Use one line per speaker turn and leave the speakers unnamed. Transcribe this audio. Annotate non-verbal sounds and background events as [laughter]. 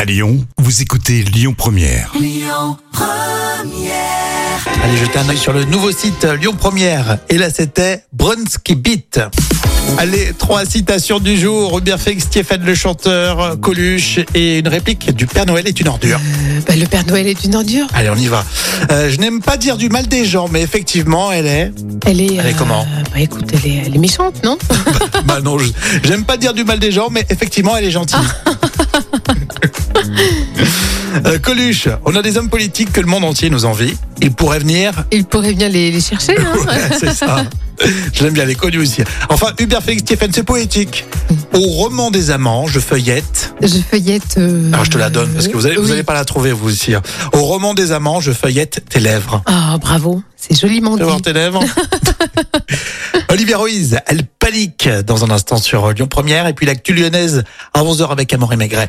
À Lyon, vous écoutez Lyon Première.
Allez jeter un œil sur le nouveau site euh, Lyon Première. Et là, c'était Bronski Beat. Allez, trois citations du jour. Robert Fix, Stéphane le chanteur, euh, Coluche et une réplique du Père Noël est une ordure.
Bah, le Père Noël est une ordure.
Allez, on y va. Euh, je n'aime pas dire du mal des gens, mais effectivement, elle est.
Elle est.
Elle est comment
Bah écoute, elle est, elle est méchante, non
[laughs] bah non, je- Ah. j'aime pas dire du mal des gens, mais effectivement, elle est gentille. [laughs] Euh, Coluche, on a des hommes politiques que le monde entier nous envie. Ils pourraient venir.
Il pourrait bien les, les chercher. hein.
[laughs] c'est ça. Je l'aime bien, les connus aussi. Enfin, Hubert Félix Stéphane, c'est poétique. Au roman des amants, je feuillette.
Je feuillette. euh,
Alors, je te la donne parce que vous allez, vous
oui.
allez pas la trouver, vous aussi. hein. Au roman des amants, je feuillette tes lèvres.
Ah bravo, c'est joliment
Tu
dit.
veux voir tes lèvres [laughs] Olivia Ruiz, elle panique dans un instant sur Lyon Première et puis l'actu lyonnaise à 11h avec Amaury Maigret.